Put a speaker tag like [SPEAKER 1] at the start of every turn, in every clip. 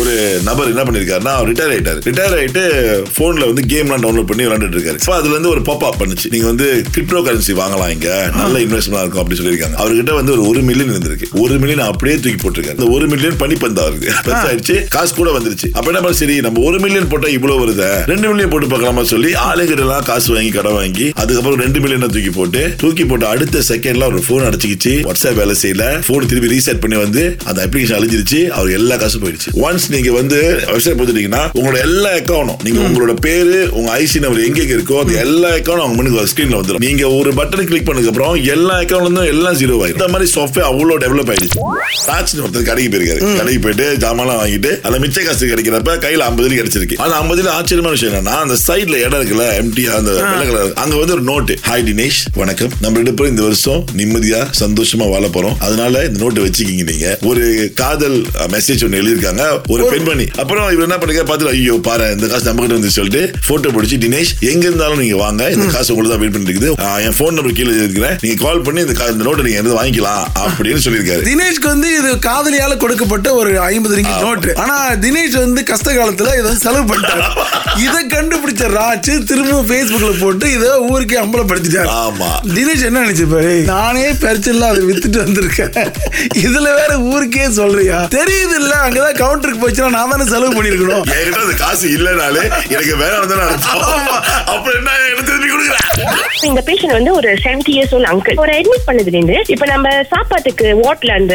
[SPEAKER 1] ஒரு நபர் என்ன பண்ணிருக்காருன்னா ரிட்டையர் ஆயிட்டாரு ரிட்டையர் ஆயிட்டு போன்ல வந்து கேம்லாம் டவுன்லோட் பண்ணி விளையாண்டுட்டு இருக்காரு அப்ப அதுல இருந்து ஒரு பாப் அப் பண்ணுச்சு நீங்க வந்து கிரிப்டோ கரன்சி வாங்கலாம் இங்க நல்ல இன்வெஸ்ட்மெண்ட் இருக்கும் அப்படி சொல்லியிருக்காங்க அவர்கிட்ட வந்து ஒரு ஒரு மில்லியன் இருந்திருக்கு ஒரு மில்லியன் அப்படியே தூக்கி போட்டிருக்காரு இந்த ஒரு மில்லியன் பனி பந்தா இருக்கு பெருசாயிடுச்சு காசு கூட வந்துருச்சு அப்ப என்ன பண்ண சரி நம்ம ஒரு மில்லியன் போட்டா இவ்வளவு வருது ரெண்டு மில்லியன் போட்டு பார்க்கலாமா சொல்லி ஆளுங்கிட்ட எல்லாம் காசு வாங்கி கடன் வாங்கி அதுக்கப்புறம் ரெண்டு மில்லியன் தூக்கி போட்டு தூக்கி போட்டு அடுத்த செகண்ட்ல ஒரு போன் அடிச்சுக்கிச்சு வாட்ஸ்அப் வேலை செய்யல போன் திருப்பி ரீசெட் பண்ணி வந்து அந்த அப்ளிகேஷன் அழிஞ்சிருச்சு அவர் எல்லா காசும் போயிடுச்சு ஒன்ஸ் நீங்க வந்து வெப்சைட் போட்டுட்டீங்கன்னா உங்களோட எல்லா அக்கௌண்டும் நீங்க உங்களோட பேரு உங்க ஐசி நம்பர் எங்க எங்க இருக்கோ அந்த எல்லா அக்கௌண்டும் அவங்க முன்னுக்கு ஸ்கிரீன்ல வந்துடும் நீங்க ஒரு பட்டன் கிளிக் பண்ணதுக்கு அப்புறம் எல்லா அக்கௌண்ட்ல இருந்தும் எல்லாம் ஜீரோ ஆயிடும் இந்த மாதிரி சாஃப்ட்வேர் அவ்வளவு டெவலப் ஆயிடுச்சு ராஜ்னு ஒருத்தர் கடைக்கு போயிருக்காரு கடைக்கு போயிட்டு ஜாமான் வாங்கிட்டு அந்த மிச்ச காசு கிடைக்கிறப்ப கையில ஐம்பது ரூபாய் கிடைச்சிருக்கு ஆனா ஐம்பது ரூபாய் ஆச்சரியமான விஷயம் என்னன்னா அந்த சைடுல இடம் இருக்குல்ல எம்டி அந்த வெள்ளை கலர் அங்க வந்து ஒரு நோட்டு ஹாய் தினேஷ் வணக்கம் நம்ம ரெண்டு பேரும் இந்த வருஷம் நிம்மதியா சந்தோஷமா வாழ போறோம் அதனால இந்த நோட்டை வச்சுக்கிங்க நீங்க ஒரு காதல் மெசேஜ் ஒன்று எழுதியிருக்காங்க ஒரு பெண்மணி அப்புறம் இவர் என்ன பண்ணுங்க பார்த்து ஐயோ பாரு இந்த காசு நம்ம கிட்ட வந்து சொல்லிட்டு போட்டோ பிடிச்சி தினேஷ் எங்க இருந்தாலும் நீங்க வாங்க இந்த காசு உங்களுக்கு தான் வெயிட் பண்ணிருக்குது ஆஹ் என் ஃபோன் நம்பர் கீழே இருக்கிறேன் நீங்க கால் பண்ணி இந்த கா- இந்த நோட்டை நீங்க எதாவது வாங்கிக்கலாம் அப்படின்னு சொல்லியிருக்காரு
[SPEAKER 2] தினேஷ்க்கு வந்து இது காதலியால கொடுக்கப்பட்ட ஒரு ஐம்பது ரிங்கி நோட்டு ஆனா தினேஷ் வந்து கஷ்ட காலத்துல இதை வந்து செலவு பண்ணிட்டாரு இதை கண்டுபிடிச்ச ராஜ் திரும்பவும் Facebookல போட்டு இதை ஊருக்கே அம்பலப்படுத்திட்டாரு
[SPEAKER 1] ஆமா.
[SPEAKER 2] தினேஷ் என்ன நினைச்சுப்பாரு நானே பரிச்சில்ல அதை வித்துட்டு வந்திருக்கேன் இதுல வேற ஊருக்கே சொல்றியா தெரியுது இல்ல அங்கதான் கவுண்டருக்கு போச்சுன்னா நான் தானே செலவு பண்ணிருக்கணும்
[SPEAKER 1] என்கிட்ட அந்த காசு இல்லைனாலே எனக்கு வேணாம் தானே அர்த்தம். அப்புறம் என்ன எடுத்து திருப்பி கொடுக்குறேன்
[SPEAKER 3] இந்த பேஷண்ட் வந்து ஒரு 70 இயர்ஸ் ஓல்ட் அங்கிள் ஒரு அட்மிட் பண்ணதுலேருந்து இப்ப நம்ம சாப்பாட்டுக்கு வாட்ல அந்த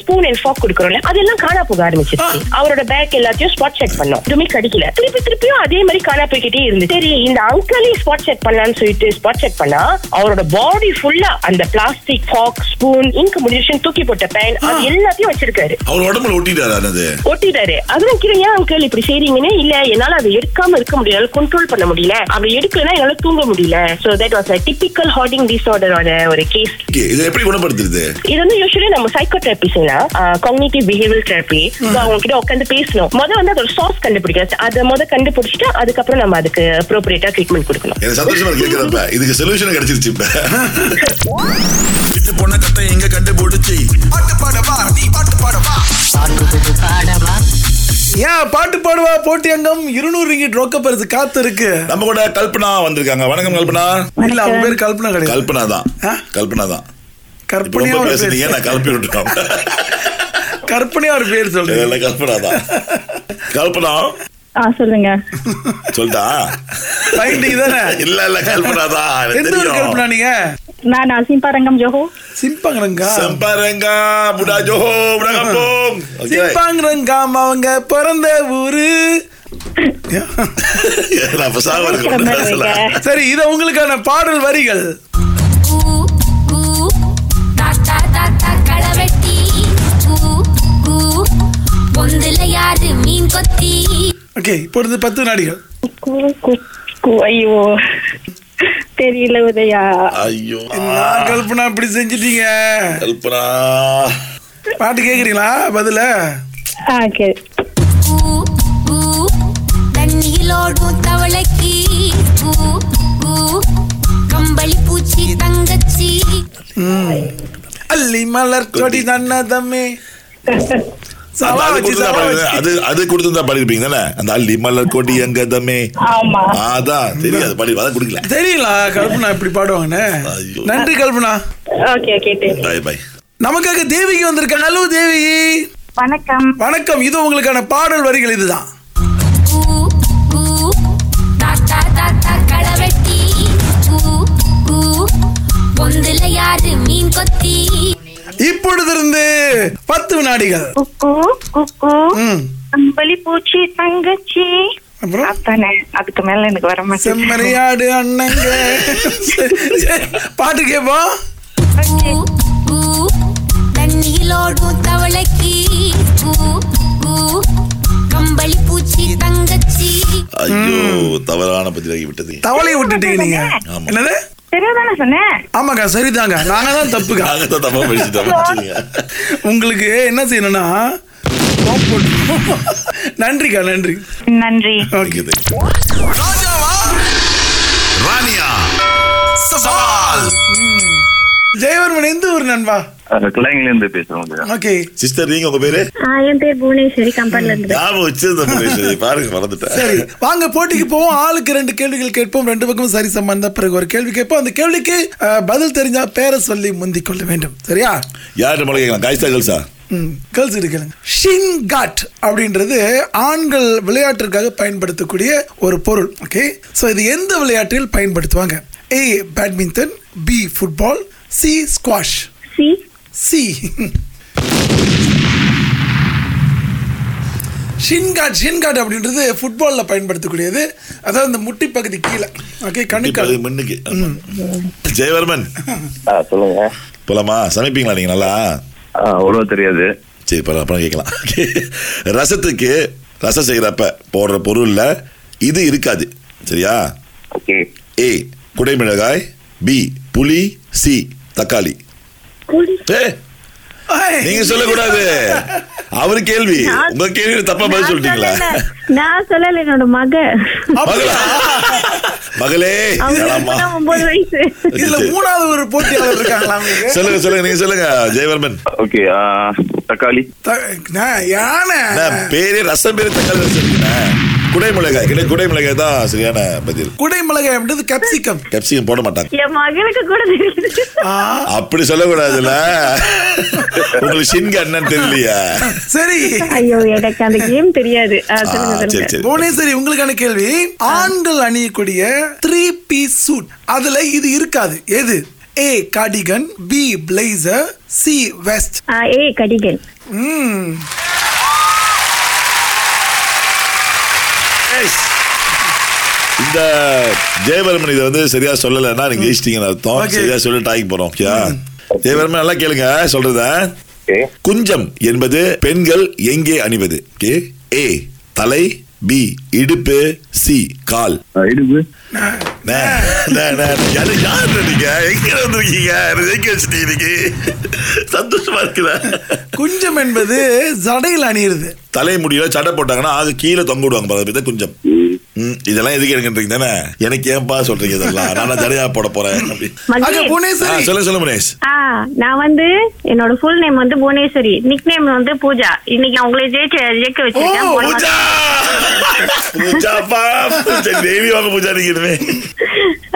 [SPEAKER 3] ஸ்பூன் அண்ட் ஃபாக் கொடுக்குறோம்ல அதெல்லாம் காணா போக ஆரம்பிச்சிருச்சு அவரோட பேக் எல்லாத்தையும் ஸ்பாட் செக் பண்ணோம் எதுவுமே கிடைக்கல திருப்பி திருப்பியும் அதே மாதிரி காணா போய்கிட்டே இருந்து சரி இந்த அங்கிளையும் ஸ்பாட் செக் பண்ணலாம்னு சொல்லிட்டு ஸ்பாட் செக் பண்ணா அவரோட பாடி ஃபுல்லா அந்த பிளாஸ்டிக் ஃபாக் ஸ்பூன் இங்க் முடிஷன் தூக்கி போட்ட பேன் அது எல்லாத்தையும் வச்சிருக்காரு
[SPEAKER 1] அவர் உடம்புல ஒட்டிட்டாரு அது
[SPEAKER 3] ஒட்டிட்டாரு அதுவும் கிரையா அங்கிள் இப்படி செய்றீங்கன்னு இல்ல என்னால அதை எடுக்காம இருக்க முடியல கண்ட்ரோல் பண்ண முடியல அப்படி எடுக்கலன்னா என்னால தூங்க முடியல so that was a typical hoarding டிசார்டரோட ஒரு கேஸ்
[SPEAKER 1] Okay, இதை எப்படி குணப்படுத்துறது
[SPEAKER 3] இது வந்து யூஸ்வலி நம்ம சைக்கோ தெரப்பிஸ்னா காக்னிட்டிவ் பிஹேவியர் தெரப்பி அவங்க கிட்ட உட்காந்து பேசணும் முத வந்து அதோட சார்ஸ் கண்டுபிடிக்க அதை முத கண்டுபிடிச்சிட்டு அதுக்கப்புறம் நம்ம அதுக்கு அப்ரோப்ரியேட்டா ட்ரீட்மெண்ட் கொடுக்கணும்
[SPEAKER 1] எனக்கு சந்தோஷமா கேட்கிறப்ப இதுக்கு சொல்யூஷன் கிடைச்சிருச்சு இப்ப
[SPEAKER 4] வித்து பொண்ண கத்த எங்க கண்டுபிடிச்சி பாட்டு பாடவா நீ பாட்டு பாடவா
[SPEAKER 2] ஏன் பாட்டு பாடுவா போட்டி அங்கம் இருநூறு ரிங்கிட் ரொக்க பரிசு காத்து இருக்கு
[SPEAKER 1] நம்ம கூட கல்பனா வந்திருக்காங்க வணக்கம் கல்பனா
[SPEAKER 2] இல்ல அவங்க பேர் கல்பனா கிடையாது
[SPEAKER 1] கல்பனா தான்
[SPEAKER 2] ஆ?
[SPEAKER 1] கல்பனா தான் இப்ப
[SPEAKER 2] கற்பனையா
[SPEAKER 1] ரொம்ப
[SPEAKER 2] ஒரு பேர்.
[SPEAKER 1] பேசுறீங்க நான் கலப்பி விட்டுட்டோம்
[SPEAKER 2] கற்பனையா ஒரு பேர் சொல்றேன்
[SPEAKER 1] இல்ல, கல்பனா தான் கல்பனா
[SPEAKER 5] ஆ சொல்லுங்க
[SPEAKER 1] சொல்லிட்டா
[SPEAKER 2] ரைட்டிங் தானே
[SPEAKER 1] இல்ல இல்ல கல்பனா தான் எனக்கு
[SPEAKER 2] எந்த ஒரு கல்பனா
[SPEAKER 1] தெரியும்
[SPEAKER 2] நீங்க
[SPEAKER 5] நான் அசிம்பாரங்கம் ஜோஹோ
[SPEAKER 2] சிம்பங்கரங்கா
[SPEAKER 1] செம்பரங்கா புடா ஜோஹோ புடா கம்போங் Okay.
[SPEAKER 2] சிம்பங்கரங்காம் அவங்க பிறந்த ஊரு
[SPEAKER 1] நான் பசாம இருக்கேன் பேசலாம்
[SPEAKER 2] சரி இது உங்களுக்கான பாடல் வரிகள்
[SPEAKER 6] ஊ ஊ தாத்தா தாத்தா களவெட்டி ஊ ஊ பொந்துல யாரு மீன் கொத்தி
[SPEAKER 2] ஓகே இப்பொழுது பத்து வினாடிகள்
[SPEAKER 5] கு- கு- கு- ஐயோ தெரியல உதயா
[SPEAKER 1] ஐயோ
[SPEAKER 2] நான் கல்பனா இப்படி செஞ்சிட்டீங்க
[SPEAKER 1] கல்பனா
[SPEAKER 2] பாட்டு கேக்குறீங்களா பதில
[SPEAKER 5] ஆ கே
[SPEAKER 6] ஊ ஊ தண்ணியிலோடும் தவளைக்கு ஊ ஊ கம்பளி பூச்சி தங்கச்சி
[SPEAKER 2] அள்ளி மலர் கொடி தன்னதமே சவா
[SPEAKER 1] அது
[SPEAKER 2] வச்சு
[SPEAKER 1] கொடுத்துதான்
[SPEAKER 2] சவா
[SPEAKER 1] பாடி-
[SPEAKER 2] வச்சு
[SPEAKER 1] அது அது கொடுத்துருந்தா பாடிருப்பீங்க தானே அந்த அள்ளி மலர் கொடி எங்கதமே
[SPEAKER 5] ஆமா
[SPEAKER 1] அதான் தெரியாது பாடி அதான் குடிக்கல
[SPEAKER 2] தெரியல கல்பனா இப்படி பாடுவாங்கன்னு
[SPEAKER 1] ஐயோ.
[SPEAKER 2] நன்றி கல்பனா
[SPEAKER 5] ஓகே கேட்டு
[SPEAKER 1] பாய் பாய்
[SPEAKER 2] நமக்காக தேவிக்கு வந்திருக்காங்க ஹலோ தேவி
[SPEAKER 5] வணக்கம்
[SPEAKER 2] வணக்கம் இது உங்களுக்கான பாடல் வரிகள் இதுதான்
[SPEAKER 6] ஊ ஊ தாத்தா தாத்தா களவெட்டி ஊ ஊ பொந்துல யாரு மீன் கொத்தி
[SPEAKER 2] இப்பொழுது இருந்து பத்து வினாடிகள்
[SPEAKER 5] குக்கு குக்கு
[SPEAKER 2] ம்.
[SPEAKER 5] கம்பளி பூச்சி தங்கச்சி
[SPEAKER 2] அப்புறம்
[SPEAKER 5] அதானே அதுக்கு மேல எனக்கு வர மாட்டேன்
[SPEAKER 2] செம்மறியாடு அண்ணங்க சரி, சரி. பாட்டு கேட்போம்
[SPEAKER 6] ஊ, ஊ, தண்ணியிலோடும் தவளைக்கு ஊ, ஊ, கம்பளி பூச்சி தங்கச்சி
[SPEAKER 1] ஐயோ தவறான பதிலாகி விட்டது
[SPEAKER 2] தவளையை விட்டுட்டீங்க நீங்க
[SPEAKER 1] ஆமா.
[SPEAKER 2] என்னது
[SPEAKER 5] சரியாதானே சொன்னேன்
[SPEAKER 2] ஆமாக்கா சரிதாங்க நாங்க தான் தப்புக்கா
[SPEAKER 1] நாங்கதான் தப்பா படிச்சுட்டோம்
[SPEAKER 2] உங்களுக்கு என்ன செய்யணும்னா stop போட்டு- நன்றிக்கா நன்றி
[SPEAKER 5] நன்றி
[SPEAKER 2] ஓகே
[SPEAKER 4] ராஜாவா ராணியா சவால்
[SPEAKER 2] ஜெயவர்மன் எந்த ஊர் நண்பா
[SPEAKER 7] கிளைங்கில இருந்து பேசுறோம் சார்
[SPEAKER 2] ஓகே
[SPEAKER 1] சிஸ்டர் நீங்க உங்க பேரு
[SPEAKER 8] என் பேர் புவனேஸ்வரி கம்பெனில இருந்து
[SPEAKER 1] ஞாபகம் வச்சிருந்தேன் புவனேஸ்வரி. பாருங்க மறந்துட்டேன்
[SPEAKER 2] சரி வாங்க போட்டிக்கு போவோம் ஆளுக்கு ரெண்டு கேள்விகள் கேட்போம் ரெண்டு பக்கமும் சரி சம்பந்த பிறகு ஒரு கேள்வி கேட்போம் அந்த கேள்விக்கு அஹ், பதில் தெரிஞ்சா பேரை சொல்லி முந்திக் கொள்ள வேண்டும் சரியா
[SPEAKER 1] யார்கிட்ட முதல்ல கேட்கலாம் காய்ஸா கேள்ஸா
[SPEAKER 2] ம், கேள்வி இருக்கலாம் ஷிங்காட் அப்படின்றது ஆண்கள் விளையாட்டிற்காக பயன்படுத்தக்கூடிய ஒரு பொருள் ஓகே ஸோ இது எந்த விளையாட்டில் பயன்படுத்துவாங்க A badminton B football C squash
[SPEAKER 8] C
[SPEAKER 2] C ஷின்காட் ஷின்காட் அப்படின்றது ஃபுட்பாலில் பயன்படுத்தக்கூடியது அதாவது இந்த முட்டி பகுதி கீழே ஓகே கணுக்கால்
[SPEAKER 1] இப்ப மண்ணுக்கு ஆமா. ஜெயவர்மன்
[SPEAKER 7] ஆ சொல்லுங்க
[SPEAKER 1] போலாமா சமைப்பீங்களா நீங்க நல்லா
[SPEAKER 7] ஆ, அவ்வளவு தெரியாது
[SPEAKER 1] சரி பரவாயில்ல அப்புறம் கேட்கலாம் ரசத்துக்கு ரசம் செய்யறப்ப போடுற பொருள்ல இது இருக்காது சரியா
[SPEAKER 7] ஓகே
[SPEAKER 1] ஏ குடைமிளகாய் பி புளி சி தக்காளி
[SPEAKER 8] புளி
[SPEAKER 1] ஏ, நீங்க சொல்லக்கூடாது அவரு கேள்வி உங்க கேள்வி தப்பா பதில் சொல்லிட்டீங்களா
[SPEAKER 8] நான் சொல்லல என்னோட மக
[SPEAKER 1] மகளா மகளே
[SPEAKER 8] அவங்களுக்கு
[SPEAKER 1] ஏலாமா.
[SPEAKER 8] இப்பதான் ஒன்பது வயசு
[SPEAKER 2] இதுல மூணாவது ஒரு போட்டியாளர் இருக்காங்களா உங்களுக்கு?
[SPEAKER 1] சொல்லுங்க சொல்லுங்க நீங்க சொல்லுங்க ஜெயவர்மன்
[SPEAKER 7] ஓகே ஆ, தக்காளி
[SPEAKER 2] த- நான் யானை
[SPEAKER 1] நான் பேரே ரசம் பேரு தக்காளி ரசம் இருக்குண்ணே. குடைமிளகாய் கிடையாது குடைமிளகாய் தான் சரியான பதில்
[SPEAKER 2] குடை மிளகாய் அப்படின்றது கேப்சிகம்
[SPEAKER 1] கேப்சிகம் போட மாட்டாங்க
[SPEAKER 8] என் மகனுக்கு கூட தெரியுது
[SPEAKER 1] அப்படி சொல்லக்கூடாதுல்ல உங்களுக்கு ஷின்க என்னன்னு தெரியலையா
[SPEAKER 2] சரி
[SPEAKER 8] ஐயோ எனக்கு அந்த கேம் தெரியாது
[SPEAKER 1] ஆ,
[SPEAKER 8] ஆ, சொல்லுங்க
[SPEAKER 1] சரி
[SPEAKER 8] சொல்லுங்க
[SPEAKER 1] சரி
[SPEAKER 2] புவனேஸ்வரி உங்களுக்கான கேள்வி ஆண்கள் அணியக்கூடிய த்ரீ பீஸ் சூட் அதுல இது இருக்காது எது A cardigan B blazer C vest
[SPEAKER 8] ஆ, ஏ கடிகன்
[SPEAKER 1] Nice. இந்த ஜெயவர்மன் இதை வந்து சரியா சொல்லலைன்னா நீங்க ஜெயிச்சிட்டீங்கன்னு அர்த்தம்
[SPEAKER 2] Okay.
[SPEAKER 1] சரியா சொல்லி டாய்க்கு போறோம் ஓகே ஜெயவர்மன் நல்லா கேளுங்க சொல்றத
[SPEAKER 7] ஓகே
[SPEAKER 1] குஞ்சம் என்பது பெண்கள் எங்கே அணிவது ஓகே ஏ தலை பி இடுப்பு சி கால்
[SPEAKER 7] ஆ, இடுப்பு
[SPEAKER 1] நே, நே, நே, நே. யாரு யார் நீங்க எங்க வந்திருக்கீங்க என்னை ஜெயிக்க வச்சுட்டீங்க இன்னைக்கு. சந்தோஷமா இருக்கிறேன்
[SPEAKER 2] குஞ்சம் என்பது ஜடையில் அணியிறது
[SPEAKER 1] தலைமுடியில சடை போட்டாங்கன்னா அது கீழே தொங்க விடுவாங்க பாருங்க இதை கொஞ்சம் ம், இதெல்லாம் எதுக்கு எடுக்கின்றீங்க தானே எனக்கு ஏன்பா சொல்றீங்க இதெல்லாம் நான் தடையா போட போறேன் அப்படி.
[SPEAKER 2] அங்க
[SPEAKER 8] மகே
[SPEAKER 1] ஆ,
[SPEAKER 2] புவனேஸ்வரி
[SPEAKER 1] சொல்லு சொல்லு முனேஷ்
[SPEAKER 8] ஆ நான் வந்து என்னோட ஃபுல் நேம் வந்து புவனேஸ்வரி நிக் நேம் வந்து பூஜா இன்னைக்கு நான் உங்களை ஜெயிச்ச ஜெயிக்க
[SPEAKER 1] ஓ
[SPEAKER 8] வச்சிருக்கேன் போன
[SPEAKER 1] பூஜா பூஜாப்பா பூஜா தேவி வாங்க பூஜா நீங்க
[SPEAKER 8] வாரம்-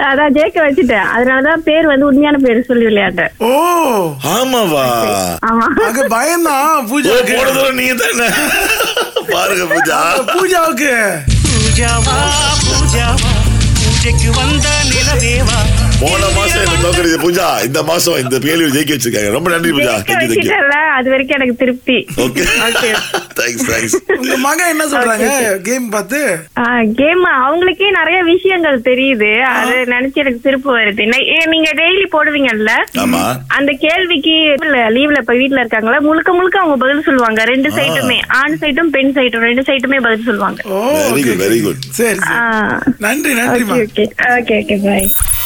[SPEAKER 8] அதான் ஜெயிக்க வச்சுட்டேன் அதனாலதான் பேர் வந்து உண்மையான பேர் சொல்லி விளையாட்டேன்
[SPEAKER 2] ஓ
[SPEAKER 1] ஆமாவா
[SPEAKER 8] ஆமா
[SPEAKER 2] அங்க பயம்தான்
[SPEAKER 1] ஓ,
[SPEAKER 2] பூஜாவுக்கு
[SPEAKER 1] போன தூரம் நீங்க தானே பாருங்க பூஜா
[SPEAKER 2] பூஜாவுக்கு
[SPEAKER 9] பூஜாவா பூஜாவா பூஜைக்கு வந்த நிலவேவா
[SPEAKER 1] போன மாசம் என்ன தோக்கடிச்சு பூஜா இந்த மாசம் இந்த கேள்வி ஜெயிக்க வச்சிருக்காங்க ரொம்ப நன்றி பூஜா
[SPEAKER 8] ஜெயிக்க
[SPEAKER 1] தேங்க்யூ தேங்க்யூ
[SPEAKER 8] வச்சுட்டேன்ல அது வரைக்கும் எனக்கு திருப்தி
[SPEAKER 1] ஓகே தேங்க்ஸ் தேங்க்ஸ்
[SPEAKER 2] உங்க மகன் என்ன சொல்றாங்க கேம் பார்த்து
[SPEAKER 8] கேம் அவங்களுக்கே நிறைய விஷயங்கள் தெரியுது அது நினைச்சு எனக்கு திருப்பு வருது நை- ஏ, நீங்க டெய்லி போடுவீங்கல்ல
[SPEAKER 1] ஆமா
[SPEAKER 8] அந்த கேள்விக்கு லீவ்ல இப்ப வீட்ல இருக்காங்களா முழுக்க முழுக்க அவங்க பதில் சொல்லுவாங்க ரெண்டு
[SPEAKER 1] ஆ.
[SPEAKER 8] சைடுமே ஆண் சைடும் பெண் சைடும் ரெண்டு சைடுமே பதில் சொல்லுவாங்க
[SPEAKER 2] ஓ
[SPEAKER 1] Very good,
[SPEAKER 2] okay,
[SPEAKER 1] very
[SPEAKER 2] okay.
[SPEAKER 1] good.
[SPEAKER 2] சரி சரி
[SPEAKER 8] ஆ.
[SPEAKER 2] நன்றி
[SPEAKER 8] ஓகே
[SPEAKER 2] நன்றிமா
[SPEAKER 8] ஓகே ஓகே ஓகே பாய்